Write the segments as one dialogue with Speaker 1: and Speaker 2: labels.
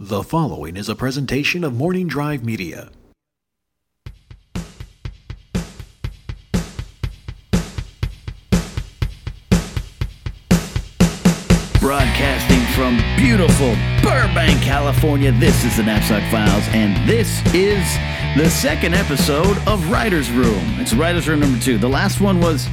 Speaker 1: The following is a presentation of Morning Drive Media.
Speaker 2: Broadcasting from beautiful Burbank, California, this is the Knapsack Files, and this is the second episode of Writer's Room. It's Writer's Room number two. The last one was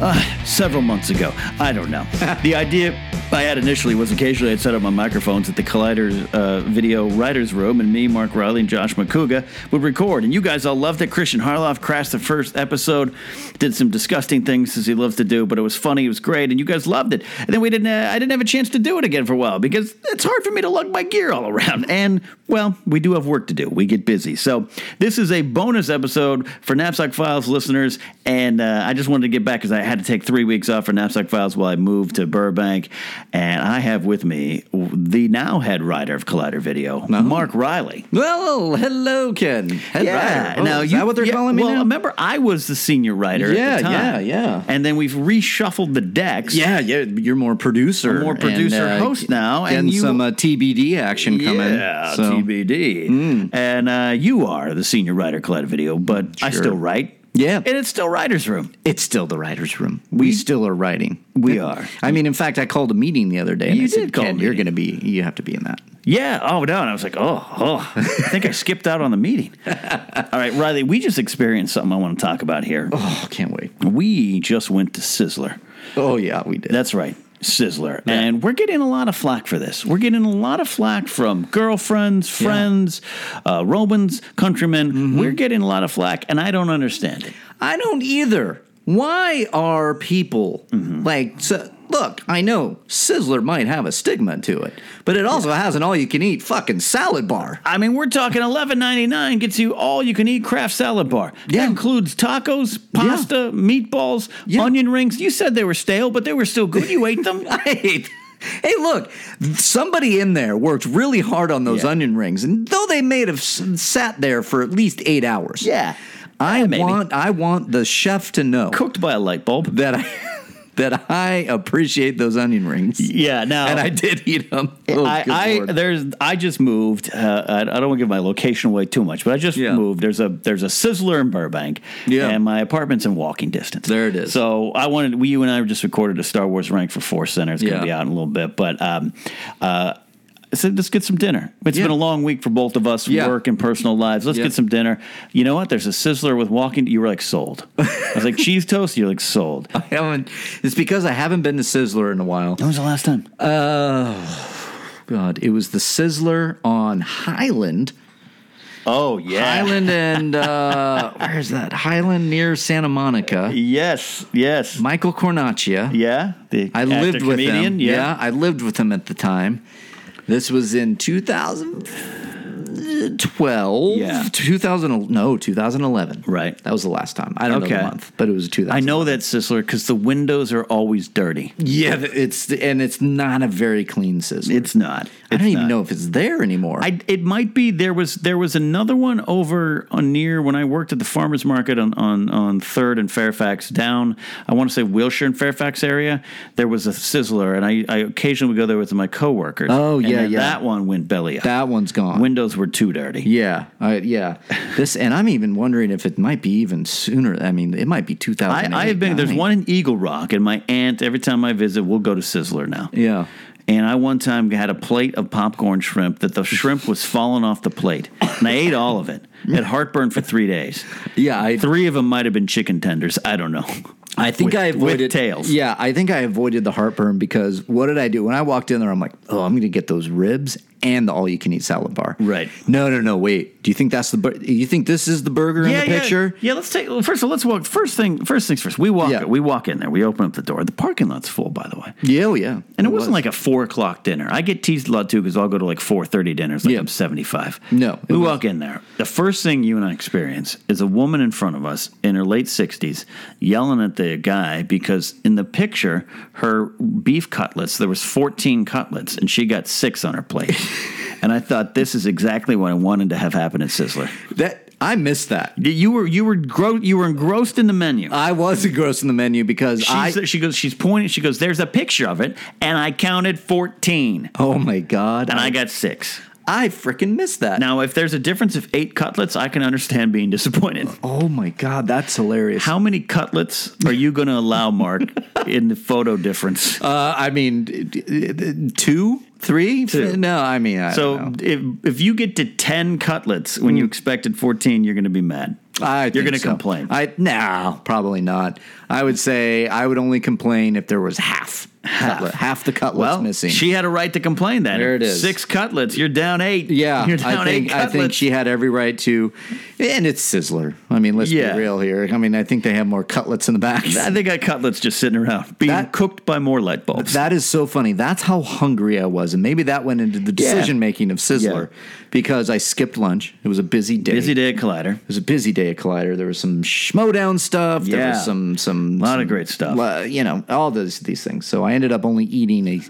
Speaker 2: uh, several months ago. I don't know. the idea I had initially was occasionally I'd set up my microphones at the Collider uh, Video Writer's Room, and me, Mark Riley, and Josh McCouga would record. And you guys all loved it. Christian Harloff crashed the first episode, did some disgusting things as he loves to do, but it was funny, it was great, and you guys loved it. And then we didn't, uh, I didn't have a chance to do it again for a while because it's hard for me to lug my gear all around. And well, we do have work to do. We get busy. So this is a bonus episode for Knapsack Files listeners, and uh, I just wanted to get back because I had to take three weeks off for Knapsack Files while I moved to Burbank, and I have with me the now head writer of Collider Video, Mark Riley.
Speaker 3: Well, hello, Ken. Uh-huh. Head writer. Oh,
Speaker 2: now
Speaker 3: is
Speaker 2: you-
Speaker 3: that what they're
Speaker 2: yeah,
Speaker 3: calling me
Speaker 2: Well,
Speaker 3: now?
Speaker 2: remember, I was the senior writer. at
Speaker 3: Yeah,
Speaker 2: the time.
Speaker 3: yeah, yeah.
Speaker 2: And then we've reshuffled the decks.
Speaker 3: yeah, yeah. You're more producer,
Speaker 2: I'm more producer host now, and
Speaker 3: and,
Speaker 2: you-
Speaker 3: some uh, TBD action coming.
Speaker 2: Yeah,
Speaker 3: so. Mm.
Speaker 2: TBD. And uh, you are the senior writer, Collider Video, but I
Speaker 3: Sure.
Speaker 2: still write.
Speaker 3: Yeah.
Speaker 2: and it's still writers' room.
Speaker 3: It's still the writers' room. We, still are writing.
Speaker 2: We are.
Speaker 3: I mean, in fact, I called a meeting the other day. And
Speaker 2: You
Speaker 3: I said,
Speaker 2: did call a
Speaker 3: Ken, you're
Speaker 2: meeting.
Speaker 3: going to be. You have to be in that.
Speaker 2: Yeah. Oh no. And I was like, oh, oh. I think I skipped out on the meeting. All right, Riley. We just experienced something I want to talk about here.
Speaker 3: Oh, can't wait.
Speaker 2: We just went to Sizzler.
Speaker 3: Oh yeah, we did.
Speaker 2: That's right. Sizzler. And we're getting a lot of flack for this. We're getting a lot of flack from girlfriends, friends, uh, Romans, countrymen.
Speaker 3: Mm-hmm.
Speaker 2: We're getting a lot of flack, and I don't understand it.
Speaker 3: I don't either. Why are people
Speaker 2: Mm-hmm.
Speaker 3: like so? Look, I know Sizzler might have a stigma to it, but it also has an all-you-can-eat fucking salad bar.
Speaker 2: I mean, we're talking eleven ninety nine gets you all you can eat craft salad bar.
Speaker 3: Yeah.
Speaker 2: That includes tacos, pasta, meatballs,
Speaker 3: Yeah.
Speaker 2: onion rings. You said they were stale, but they were still good. You ate them.
Speaker 3: Right. Hey, look, somebody in there worked really hard on those
Speaker 2: Yeah.
Speaker 3: onion rings, and though they may have s- sat there for at least eight hours,
Speaker 2: Yeah.
Speaker 3: I
Speaker 2: Yeah, maybe.
Speaker 3: want I want the chef to know
Speaker 2: Cooked by a light bulb.
Speaker 3: that I that I appreciate those onion rings,
Speaker 2: Yeah. Now
Speaker 3: and I did eat them. Oh,
Speaker 2: I,
Speaker 3: good
Speaker 2: I
Speaker 3: Lord.
Speaker 2: there's I just moved. Uh, I, I don't want to give my location away too much, but I just
Speaker 3: Yeah.
Speaker 2: moved. There's a there's a Sizzler in Burbank,
Speaker 3: Yeah.
Speaker 2: and my apartment's in walking distance.
Speaker 3: There it is.
Speaker 2: So I wanted we you and I just recorded a Star Wars rank for Force Center. It's
Speaker 3: Yeah.
Speaker 2: gonna be out in a little bit, but um, uh, I said let's get some dinner. It's
Speaker 3: Yeah.
Speaker 2: been a long week for both of us,
Speaker 3: Yeah.
Speaker 2: work and personal lives. Let's
Speaker 3: Yeah.
Speaker 2: get some dinner. You know what? There's a Sizzler with walking. You were like sold. I was like cheese toast. You're like sold.
Speaker 3: I haven't. It's because I haven't been to Sizzler in a while.
Speaker 2: When was the last time?
Speaker 3: God, it was the Sizzler on Highland.
Speaker 2: oh yeah.
Speaker 3: Highland and uh, where's that? Highland near Santa Monica.
Speaker 2: Yes. Yes.
Speaker 3: Michael Cornacchia.
Speaker 2: Yeah, the
Speaker 3: I
Speaker 2: actor,
Speaker 3: lived with
Speaker 2: comedian.
Speaker 3: him.
Speaker 2: Yeah.
Speaker 3: I lived with him at the time. This was in 2012,
Speaker 2: Yeah.
Speaker 3: 2000, no, 2011.
Speaker 2: Right.
Speaker 3: That was the last time. I don't know
Speaker 2: Okay.
Speaker 3: the month, but it was 2000.
Speaker 2: I know that Sizzler because the windows are always dirty.
Speaker 3: Yeah, it's and it's not a very clean sizzler.
Speaker 2: It's not.
Speaker 3: I don't
Speaker 2: It's
Speaker 3: even
Speaker 2: not.
Speaker 3: know if it's there anymore.
Speaker 2: I, it might be there was there was another one over on near when I worked at the farmers market on on on Third and Fairfax down I want to say Wilshire and Fairfax area there was a sizzler and I, I occasionally would go there with my coworkers
Speaker 3: Oh,
Speaker 2: And
Speaker 3: yeah,
Speaker 2: then
Speaker 3: yeah.
Speaker 2: that one went belly up
Speaker 3: that one's gone.
Speaker 2: windows were too dirty
Speaker 3: yeah, I, yeah. This and I'm even wondering if it might be even sooner. I mean, it might be 2000.
Speaker 2: I, I have been there's one in Eagle Rock and my aunt every time I visit we'll go to Sizzler now
Speaker 3: Yeah.
Speaker 2: And I one time had a plate of popcorn shrimp that the shrimp was falling off the plate. And I ate all of it. Had heartburn for three days.
Speaker 3: Yeah, I
Speaker 2: Three of them might have been chicken tenders. I don't know.
Speaker 3: I think
Speaker 2: With-
Speaker 3: I avoided
Speaker 2: with tails.
Speaker 3: Yeah, I think I avoided the heartburn because what did I do when I walked in there? I'm like, oh, I'm going to get those ribs and the all-you-can-eat salad bar.
Speaker 2: Right.
Speaker 3: No, no, no. Wait. Do you think that's the? Bur- you think this is the burger in the picture?
Speaker 2: Yeah. let's take well, first. Of all, let's walk. First thing. First things first. We walk.
Speaker 3: Yeah.
Speaker 2: We walk in there. We open up the door. The parking lot's full, by the way.
Speaker 3: Yeah, oh, yeah.
Speaker 2: And it, wasn't like a four o'clock dinner. I get teased a lot too because I'll go to like four thirty dinners. Like
Speaker 3: Yeah.
Speaker 2: I'm seventy five.
Speaker 3: No, it
Speaker 2: we
Speaker 3: was-
Speaker 2: walk in there. The first thing you and I experience is a woman in front of us in her late sixties yelling at the guy because in the picture her beef cutlets there was fourteen cutlets and she got six on her plate. and I thought this is exactly what I wanted to have happen at Sizzler.
Speaker 3: that. I missed that.
Speaker 2: You were you were gro- you were engrossed in the menu.
Speaker 3: I was engrossed in the menu because I.
Speaker 2: She's, she goes. She's pointing. She goes. There's a picture of it, and I counted fourteen,
Speaker 3: oh my god.
Speaker 2: and I got six.
Speaker 3: I freaking missed that.
Speaker 2: Now, if there's a difference of eight cutlets, I can understand being disappointed.
Speaker 3: oh my god, that's hilarious.
Speaker 2: How many cutlets are you going to allow, Mark, in the photo difference?
Speaker 3: Uh, I mean, d- d- d- two, three.
Speaker 2: Two.
Speaker 3: No, I mean, I
Speaker 2: So
Speaker 3: don't know. Mm.
Speaker 2: if if you get to ten cutlets when you expected fourteen, you're going to be mad.
Speaker 3: I
Speaker 2: you're
Speaker 3: think
Speaker 2: going to
Speaker 3: so.
Speaker 2: complain.
Speaker 3: I no, probably not. I would say I would only complain if there was half half, half the cutlets
Speaker 2: well,
Speaker 3: missing.
Speaker 2: she had a right to complain. Then
Speaker 3: There it is.
Speaker 2: Six cutlets. You're down eight.
Speaker 3: yeah,
Speaker 2: you're down
Speaker 3: I think
Speaker 2: eight
Speaker 3: I
Speaker 2: cutlets.
Speaker 3: think she had every right to, and it's Sizzler. I mean, let's
Speaker 2: Yeah.
Speaker 3: be real here. I mean, I think they have more cutlets in the back.
Speaker 2: I think I got cutlets just sitting around being
Speaker 3: That-
Speaker 2: cooked by more light bulbs.
Speaker 3: That is so funny. That's how hungry I was, and maybe that went into the
Speaker 2: Yeah.
Speaker 3: decision making of Sizzler
Speaker 2: Yeah.
Speaker 3: because I skipped lunch. It was a busy day.
Speaker 2: Busy day at Collider.
Speaker 3: It was a busy day at Collider. There was some schmodown stuff. There
Speaker 2: Yeah.
Speaker 3: was some some
Speaker 2: Lot of
Speaker 3: some-
Speaker 2: great stuff.
Speaker 3: lo- you know, all those these things. So I ended up only eating a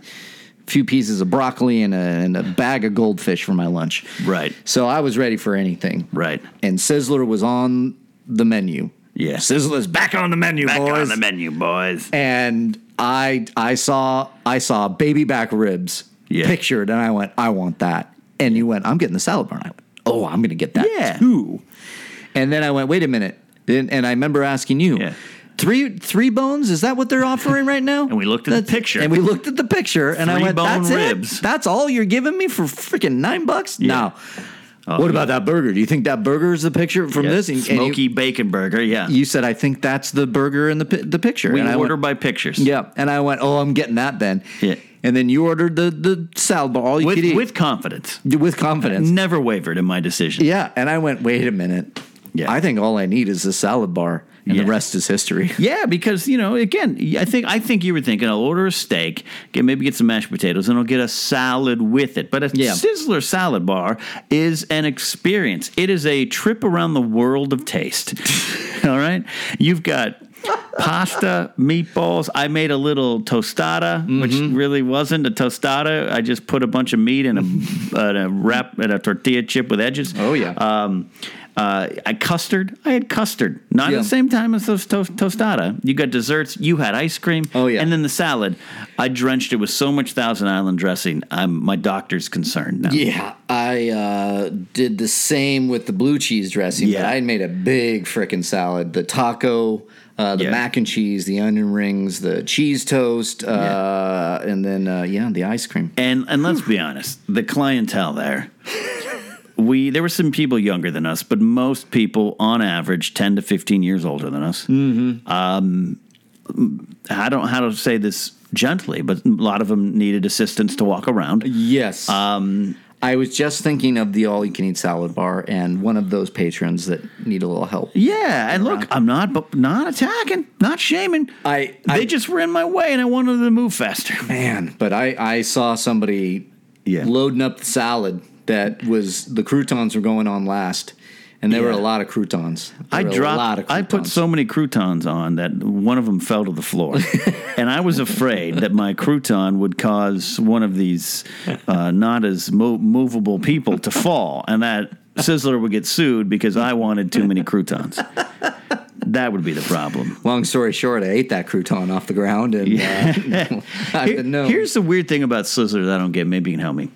Speaker 3: few pieces of broccoli and a, and a bag of goldfish for my lunch.
Speaker 2: Right.
Speaker 3: So I was ready for anything.
Speaker 2: Right.
Speaker 3: And Sizzler was on the menu.
Speaker 2: Yeah.
Speaker 3: Sizzler's back on the menu,
Speaker 2: Back
Speaker 3: boys.
Speaker 2: on the menu, boys.
Speaker 3: And I I saw I saw baby back ribs
Speaker 2: Yeah.
Speaker 3: pictured, and I went, I want that. And you went, I'm getting the salad bar. And I went, Oh, I'm gonna get that
Speaker 2: Yeah.
Speaker 3: too. And then I went, wait a minute. And, and I remember asking you,
Speaker 2: Yeah.
Speaker 3: three three bones? Is that what they're offering right now?
Speaker 2: And we looked at the picture.
Speaker 3: And we looked at the picture, and I
Speaker 2: Three
Speaker 3: went,
Speaker 2: bone
Speaker 3: that's
Speaker 2: ribs."
Speaker 3: it. That's all you're giving me for freaking nine bucks? No.
Speaker 2: Oh,
Speaker 3: what about that burger? Do you think that burger is the picture from
Speaker 2: Yeah.
Speaker 3: this? And- and you-
Speaker 2: smoky bacon burger? Yeah,
Speaker 3: you said, I think that's the burger in the pi- the picture.
Speaker 2: we
Speaker 3: and I
Speaker 2: order
Speaker 3: went,
Speaker 2: by pictures.
Speaker 3: yeah, and I went, oh, I'm getting that then.
Speaker 2: Yeah.
Speaker 3: And then you ordered the the salad bar, all you could
Speaker 2: with
Speaker 3: eat
Speaker 2: with confidence.
Speaker 3: with confidence.
Speaker 2: Never wavered in my decision.
Speaker 3: Yeah, and I went, wait a minute.
Speaker 2: Yeah.
Speaker 3: I think all I need is the salad bar, and
Speaker 2: Yeah.
Speaker 3: the rest is history.
Speaker 2: Yeah, because you know, again, I think I think you were thinking I'll order a steak, get maybe get some mashed potatoes, and I'll get a salad with it. But a
Speaker 3: Yeah.
Speaker 2: Sizzler salad bar is an experience. It is a trip around the world of taste. All right, you've got. Pasta, meatballs. I made a little tostada, which
Speaker 3: Mm-hmm.
Speaker 2: really wasn't a tostada. I just put a bunch of meat in a, in a wrap and a tortilla chip with edges.
Speaker 3: Oh, yeah.
Speaker 2: Um, uh, I custard. I had custard, not
Speaker 3: Yeah.
Speaker 2: at the same time as those to- tostada. You got desserts. You had ice cream.
Speaker 3: Oh, yeah.
Speaker 2: and then the salad. I drenched it with so much Thousand Island dressing. I'm my doctor's concerned now.
Speaker 3: Yeah, I uh, did the same with the blue cheese dressing.
Speaker 2: Yeah.
Speaker 3: But I made a big frickin' salad: the taco, uh, the
Speaker 2: Yeah.
Speaker 3: mac and cheese, the onion rings, the cheese toast, uh, and then uh, yeah, the ice cream.
Speaker 2: And and let's be honest, the clientele there. We there were some people younger than us, but most people, on average, ten to fifteen years older than us. Mm-hmm. Um, I don't know how to say this gently, but a lot of them needed assistance to walk around.
Speaker 3: Yes. Um, I was just thinking of the all-you-can-eat salad bar and one of those patrons that need a little help.
Speaker 2: Yeah, and look, I'm not but not attacking, not shaming.
Speaker 3: I-
Speaker 2: they
Speaker 3: I-
Speaker 2: just were in my way, and I wanted them to move faster.
Speaker 3: Man, but I I saw somebody
Speaker 2: Yeah.
Speaker 3: loading up the salad that was the croutons were going on last. And there were
Speaker 2: Yeah.
Speaker 3: a lot of croutons. There
Speaker 2: I
Speaker 3: were a lot
Speaker 2: dropped.
Speaker 3: of
Speaker 2: I put
Speaker 3: croutons.
Speaker 2: so many croutons on that one of them fell to the floor, and I was afraid that my crouton would cause one of these uh, not as mo- movable people to fall, and that Sizzler would get sued because I wanted too many croutons. That would be the problem.
Speaker 3: Long story short, I ate that crouton off the ground, and uh, I've
Speaker 2: Here-
Speaker 3: been known.
Speaker 2: Here's the weird thing about Sizzler that I don't get. Maybe you can help me.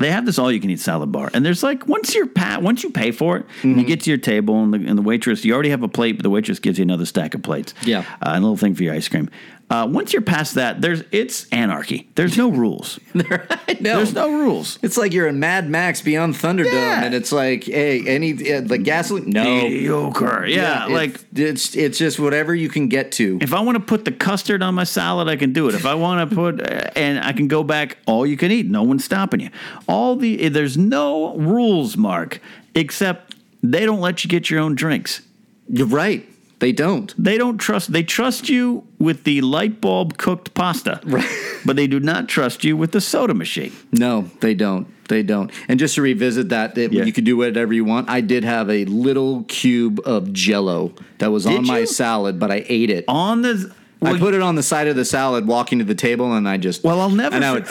Speaker 2: They have this all-you-can-eat salad bar, and there's like once you're pa- once you pay for it, and you get to your table, and the, and the waitress you already have a plate, but the waitress gives you another stack of plates.
Speaker 3: Yeah.
Speaker 2: uh, and a little thing for your ice cream. Uh, once you're past that, there's it's anarchy. There's no rules.
Speaker 3: I know.
Speaker 2: There's no rules.
Speaker 3: It's like you're in Mad Max Beyond Thunderdome,
Speaker 2: Yeah.
Speaker 3: and it's like, hey, any uh, like gasoline? No,
Speaker 2: Mediocre. Yeah,
Speaker 3: it's-
Speaker 2: like-
Speaker 3: it's it's just whatever you can get to.
Speaker 2: If I want to put the custard on my salad, I can do it. If I want to put, uh, and I can go back all you can eat. No one's stopping you. All the eh, there's no rules, Mark, except they don't let you get your own drinks.
Speaker 3: You're right. They don't.
Speaker 2: They don't trust. They trust you with the light bulb cooked pasta, right. but they do not trust you with the soda machine.
Speaker 3: No, they don't. They don't. And just to revisit that, it,
Speaker 2: Yeah.
Speaker 3: you could do whatever you want. I did have a little cube of Jello that was on my
Speaker 2: you?
Speaker 3: salad, but I ate it.
Speaker 2: On the
Speaker 3: I put it on the side of the salad, walking to the table, and I just
Speaker 2: Well, I'll never
Speaker 3: And I would,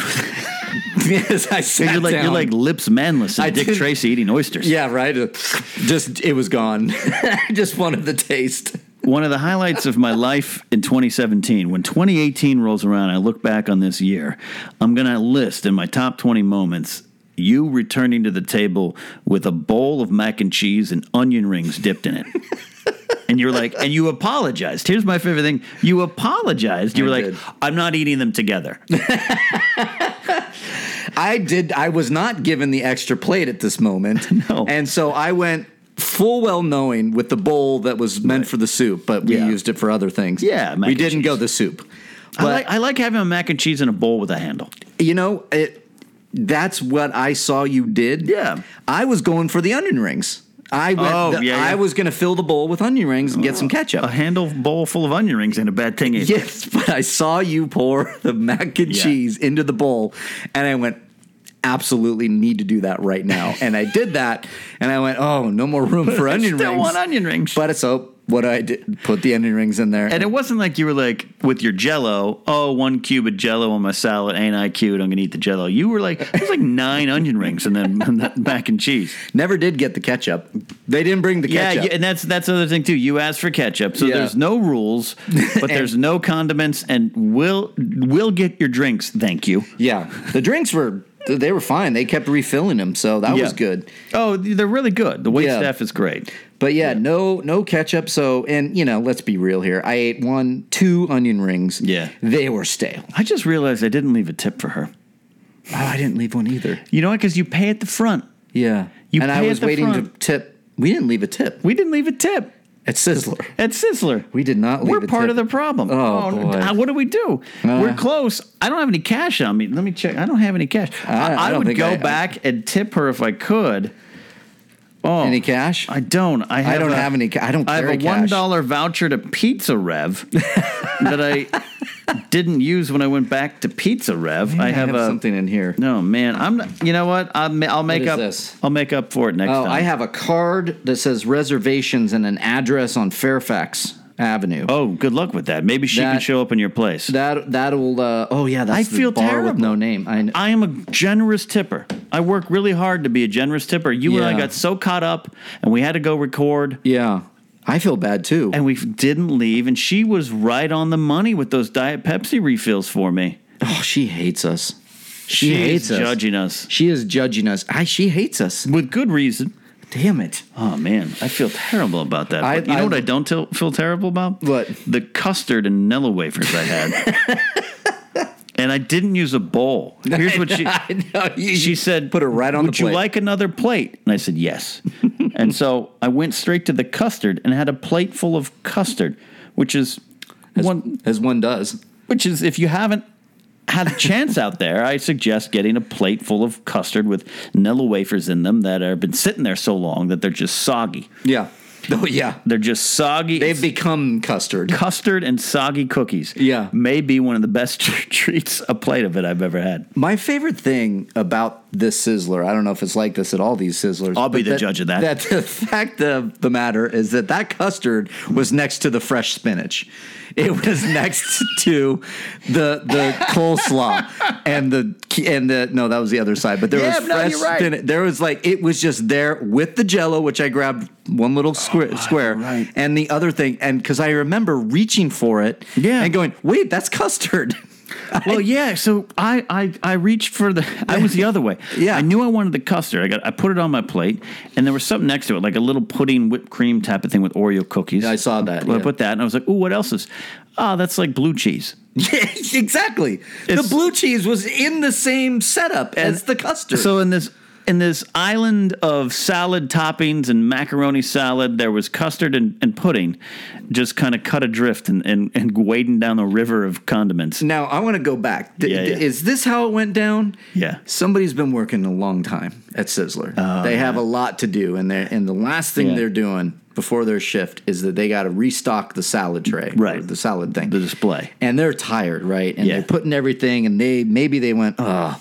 Speaker 3: yes, I sat
Speaker 2: you're like
Speaker 3: down.
Speaker 2: you're like lips manless and
Speaker 3: I
Speaker 2: Dick
Speaker 3: didn't-
Speaker 2: Tracy eating oysters.
Speaker 3: Yeah, right. Uh, Just it was gone. I just wanted the taste.
Speaker 2: one of the highlights of my life in 2017 when 2018 rolls around i look back on this year i'm going to list in my top 20 moments you returning to the table with a bowl of mac and cheese and onion rings dipped in it. And you're like, and you apologized. Here's my favorite thing. You apologized. You
Speaker 3: I
Speaker 2: were like,
Speaker 3: did.
Speaker 2: I'm not eating them together.
Speaker 3: I did. I was not given the extra plate at this moment.
Speaker 2: No.
Speaker 3: And so I went full well knowing with the bowl that was meant for the soup, but we
Speaker 2: Yeah.
Speaker 3: used it for other things.
Speaker 2: Yeah, mac
Speaker 3: We
Speaker 2: and
Speaker 3: didn't
Speaker 2: cheese.
Speaker 3: go the soup.
Speaker 2: I, like, I like having a mac and cheese in a bowl with a handle.
Speaker 3: You know, it that's what I saw you did.
Speaker 2: Yeah.
Speaker 3: I was going for the onion rings. I went
Speaker 2: Oh,
Speaker 3: the-
Speaker 2: yeah, yeah. Uh-huh.
Speaker 3: I was going to fill the bowl with onion rings and get some ketchup.
Speaker 2: A handle bowl full of onion rings ain't a bad thing. Either.
Speaker 3: Yes, but I saw you pour the mac and
Speaker 2: Yeah.
Speaker 3: cheese into the bowl, and I went, absolutely need to do that right now. and I did that, and I went, oh, no more room for
Speaker 2: I
Speaker 3: onion
Speaker 2: still
Speaker 3: rings.
Speaker 2: want onion rings.
Speaker 3: But so what I did, put the onion rings in there.
Speaker 2: And it wasn't like you were like with your Jello. Oh, one cube of Jello on my salad. Ain't I cute? I'm gonna eat the Jello. You were like there's like nine onion rings and then and that mac and cheese.
Speaker 3: Never did get the ketchup. They didn't bring the
Speaker 2: Yeah,
Speaker 3: ketchup.
Speaker 2: you- and that's that's the other thing too. You asked for ketchup, so
Speaker 3: Yeah.
Speaker 2: there's no rules, but there's no condiments, and we'll we'll get your drinks. Thank you.
Speaker 3: Yeah. The drinks were, they were fine. They kept refilling them, so that
Speaker 2: Yeah.
Speaker 3: was good.
Speaker 2: Oh, they're really good. The wait
Speaker 3: Yeah.
Speaker 2: staff is great.
Speaker 3: But yeah, no no ketchup. So and you know, let's be real here. I ate one, two onion rings.
Speaker 2: Yeah.
Speaker 3: they were stale.
Speaker 2: I just realized I didn't leave a tip for her.
Speaker 3: Oh, I didn't leave one either.
Speaker 2: You know what? Because you pay at the front.
Speaker 3: Yeah.
Speaker 2: You
Speaker 3: and I
Speaker 2: pay at
Speaker 3: was
Speaker 2: the
Speaker 3: waiting
Speaker 2: front.
Speaker 3: to tip. We didn't leave a tip
Speaker 2: We didn't leave a tip
Speaker 3: at Sizzler.
Speaker 2: at Sizzler.
Speaker 3: We did not leave
Speaker 2: We're
Speaker 3: a
Speaker 2: part
Speaker 3: tip.
Speaker 2: of the problem.
Speaker 3: Oh,
Speaker 2: no.
Speaker 3: boy.
Speaker 2: Uh, what do we do? We're close. I don't have any cash on me. Let me check. I don't have any cash. I,
Speaker 3: I
Speaker 2: I
Speaker 3: don't
Speaker 2: would
Speaker 3: think
Speaker 2: go
Speaker 3: I- I-
Speaker 2: back and tip her if I could. Oh,
Speaker 3: Any cash?
Speaker 2: I don't. I, have
Speaker 3: don't
Speaker 2: a-
Speaker 3: have any ca- I don't
Speaker 2: I have a
Speaker 3: carry cash.
Speaker 2: one dollar voucher to Pizza Rev that I didn't use when I went back to Pizza Rev. I
Speaker 3: I
Speaker 2: have,
Speaker 3: have
Speaker 2: a
Speaker 3: something in here.
Speaker 2: No man, I'm. Not, you know what? I'll, ma- I'll make
Speaker 3: is
Speaker 2: up.
Speaker 3: this?
Speaker 2: I'll make up for it next
Speaker 3: Oh,
Speaker 2: time.
Speaker 3: I have a card that says reservations and an address on Fairfax Avenue.
Speaker 2: Oh, good luck with that. Maybe she can
Speaker 3: That-
Speaker 2: show up in your place.
Speaker 3: That that'll. Uh, oh yeah, that's
Speaker 2: I
Speaker 3: the
Speaker 2: feel
Speaker 3: bar with
Speaker 2: terrible.
Speaker 3: no name. I know.
Speaker 2: I am a generous tipper. I work really hard to be a generous tipper. You and I
Speaker 3: Yeah.
Speaker 2: got so caught up, and we had to go record,
Speaker 3: yeah, I feel bad too.
Speaker 2: and we didn't leave. And she was right on the money with those Diet Pepsi refills for me.
Speaker 3: oh, she hates us. She,
Speaker 2: She's
Speaker 3: hates us.
Speaker 2: judging us
Speaker 3: She is judging us. I, she hates us.
Speaker 2: with good reason.
Speaker 3: Damn it.
Speaker 2: Oh man, I feel terrible about that.
Speaker 3: I-
Speaker 2: But you know
Speaker 3: I-
Speaker 2: what I don't tell, feel terrible about?
Speaker 3: What?
Speaker 2: The custard and Nella wafers I had. and I didn't use a bowl. Here's what she
Speaker 3: I know. You,
Speaker 2: she said,
Speaker 3: put it right on
Speaker 2: Would
Speaker 3: the plate.
Speaker 2: you like another plate? And I said, Yes. and so I went straight to the custard and had a plate full of custard, which is one
Speaker 3: as one does.
Speaker 2: which is if you haven't had a chance out there, I suggest getting a plate full of custard with Nilla wafers in them that have been sitting there so long that they're just soggy.
Speaker 3: Yeah. Oh yeah.
Speaker 2: They're just soggy.
Speaker 3: They've become custard.
Speaker 2: custard and soggy cookies.
Speaker 3: Yeah.
Speaker 2: May be one of the best treats, a plate of it I've ever had.
Speaker 3: My favorite thing about this sizzler, I don't know if it's like this at all these sizzlers.
Speaker 2: I'll be
Speaker 3: but
Speaker 2: the judge of that.
Speaker 3: That the fact of the matter is that that custard was next to the fresh spinach. It was next to the the coleslaw and the and the no, that was the other side. But there
Speaker 2: Yeah,
Speaker 3: was
Speaker 2: no,
Speaker 3: fresh
Speaker 2: you're right.
Speaker 3: spinach. There was like it was just there with the jello, which I grabbed one little square, square
Speaker 2: Oh, right.
Speaker 3: and the other thing, and because I remember reaching for it,
Speaker 2: Yeah.
Speaker 3: and going, wait, that's custard.
Speaker 2: Well, yeah. So I, I, I reached for the. I was the other way.
Speaker 3: Yeah.
Speaker 2: I knew I wanted the custard. I got. I put it on my plate, and there was something next to it, like a little pudding, whipped cream type of thing with Oreo cookies.
Speaker 3: I saw that,
Speaker 2: I
Speaker 3: yeah.
Speaker 2: put that, and I was like, "Ooh, what else is? Ah, that's like blue cheese."
Speaker 3: Yeah, exactly.
Speaker 2: It's-
Speaker 3: the blue cheese was in the same setup as the custard.
Speaker 2: So in this in this island of salad toppings and macaroni salad, there was custard and, and pudding, just kind of cut adrift and, and and wading down the river of condiments.
Speaker 3: now I want to go back. D-
Speaker 2: Yeah,
Speaker 3: d-
Speaker 2: yeah.
Speaker 3: Is this how it went down?
Speaker 2: Yeah.
Speaker 3: Somebody's been working a long time at Sizzler. they have a lot to do, and they and the last thing
Speaker 2: Yeah.
Speaker 3: they're doing before their shift is that they got to restock the salad tray,
Speaker 2: Right.
Speaker 3: or The salad thing,
Speaker 2: The display.
Speaker 3: and they're tired, right? And
Speaker 2: Yeah.
Speaker 3: they're putting everything, and they maybe they went, oh,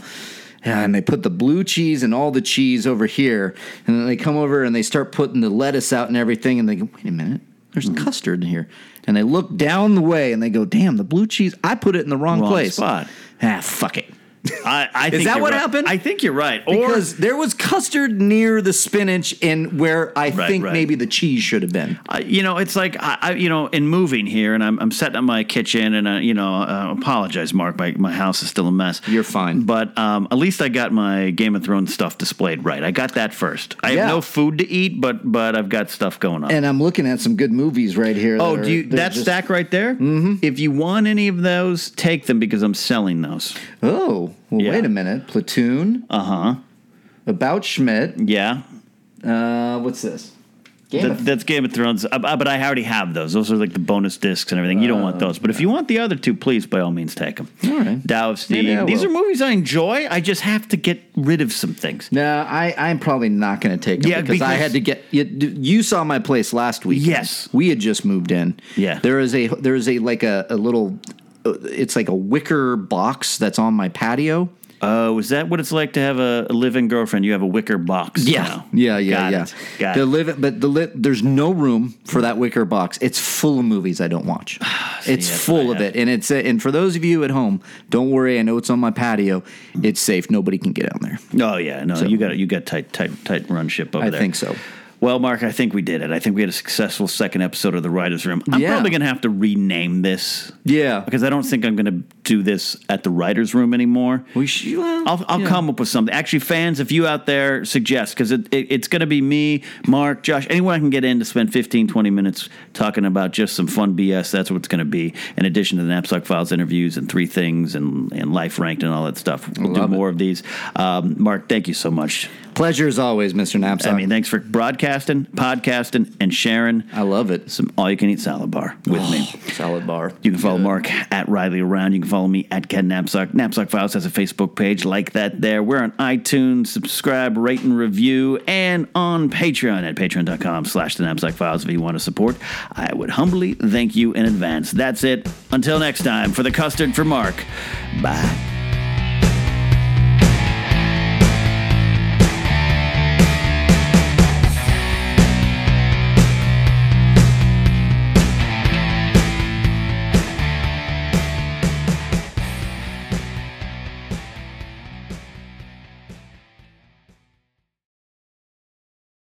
Speaker 3: yeah, and they put the blue cheese and all the cheese over here, and then they come over and they start putting the lettuce out and everything, and they go, wait a minute, there's
Speaker 2: Mm-hmm.
Speaker 3: custard in here, and they look down the way and they go, damn, the blue cheese, I put it in the wrong,
Speaker 2: Wrong
Speaker 3: place.
Speaker 2: spot.
Speaker 3: Ah, fuck it.
Speaker 2: I, I think
Speaker 3: that
Speaker 2: you're
Speaker 3: what
Speaker 2: right.
Speaker 3: happened?
Speaker 2: I think you're right. Or
Speaker 3: Because there was custard near the spinach and where I
Speaker 2: Right,
Speaker 3: think
Speaker 2: right.
Speaker 3: maybe the cheese should have been.
Speaker 2: I- you know, it's like I, I, you know, in moving here, and I'm, I'm setting up my kitchen, and I, you know, uh, apologize, Mark, my, my house is still a mess.
Speaker 3: You're fine.
Speaker 2: but um, at least I got my Game of Thrones stuff displayed right. I got that first. I
Speaker 3: Yeah.
Speaker 2: have no food to eat, but but I've got stuff going on.
Speaker 3: And I'm looking at some good movies right here.
Speaker 2: oh,
Speaker 3: that
Speaker 2: do you,
Speaker 3: are- they're
Speaker 2: that
Speaker 3: just-
Speaker 2: stack right there? Mm-hmm. If you want any of those, take them because I'm selling those.
Speaker 3: Oh, well,
Speaker 2: Yeah.
Speaker 3: wait a minute. Platoon.
Speaker 2: Uh huh.
Speaker 3: About Schmidt.
Speaker 2: Yeah.
Speaker 3: Uh, what's this? Game
Speaker 2: That,
Speaker 3: of-
Speaker 2: that's Game of Thrones, uh, uh, but I already have those. Those are like the bonus discs and everything. You don't want those, but if you want the other two, please by all means take them.
Speaker 3: Uh, All right.
Speaker 2: Dow of Steve.
Speaker 3: Maybe I
Speaker 2: These
Speaker 3: will.
Speaker 2: are movies I enjoy. I just have to get rid of some things.
Speaker 3: no, I, I'm probably not going to take them
Speaker 2: Yeah,
Speaker 3: because, I
Speaker 2: because-
Speaker 3: had to get you, you saw my place last week.
Speaker 2: Yes.
Speaker 3: we had just moved in.
Speaker 2: Yeah.
Speaker 3: there is a there is a like a, a little, uh, it's like a wicker box that's on my patio.
Speaker 2: Oh, is that what it's like to have a, a live-in girlfriend? You have a wicker box. now.
Speaker 3: yeah, yeah,
Speaker 2: Got
Speaker 3: yeah.
Speaker 2: It. Got
Speaker 3: the
Speaker 2: it.
Speaker 3: live, but the li- there's no room for that wicker box. It's full of movies I don't watch. it's
Speaker 2: that's
Speaker 3: full
Speaker 2: what I
Speaker 3: of it, and it's uh, and for those of you at home, don't worry. I know it's on my patio. It's safe. Nobody can get down there.
Speaker 2: Oh yeah, no, you got you got tight tight tight run ship over
Speaker 3: I
Speaker 2: there.
Speaker 3: think so.
Speaker 2: Well, Mark, I think we did it. I think we had a successful second episode of the Writers Room. I'm
Speaker 3: Yeah.
Speaker 2: probably going to have to rename this
Speaker 3: Yeah,
Speaker 2: because I don't think I'm going to do this at the Writers Room anymore.
Speaker 3: we should. well,
Speaker 2: I'll, I'll
Speaker 3: yeah.
Speaker 2: come up with something. Actually, fans, if you out there suggest, because it, it, it's going to be me, Mark, Josh, anyone I can get in to spend 15, 20 minutes talking about just some fun BS. That's what it's going to be. In addition to the Knapsack Files interviews and three things and, and life ranked and all that stuff. We'll do
Speaker 3: love it.
Speaker 2: more of these. Um, Mark, thank you so much.
Speaker 3: Pleasure as always, Mr. Knapsack.
Speaker 2: I mean, thanks for broadcasting, podcasting, and sharing
Speaker 3: Uh, I Oh. love it.
Speaker 2: some all you can eat salad bar with me.
Speaker 3: Salad bar.
Speaker 2: You can follow Mark at Riley Around. You can follow me at Ken Knapsack. Knapsack Files has a Facebook page like that there. We're on iTunes. Subscribe, rate, and review. And on Patreon at patreon.com slash the Knapsack Files if you want to support. I would humbly thank you in advance. That's it. Until next time, for the custard for Mark. Bye.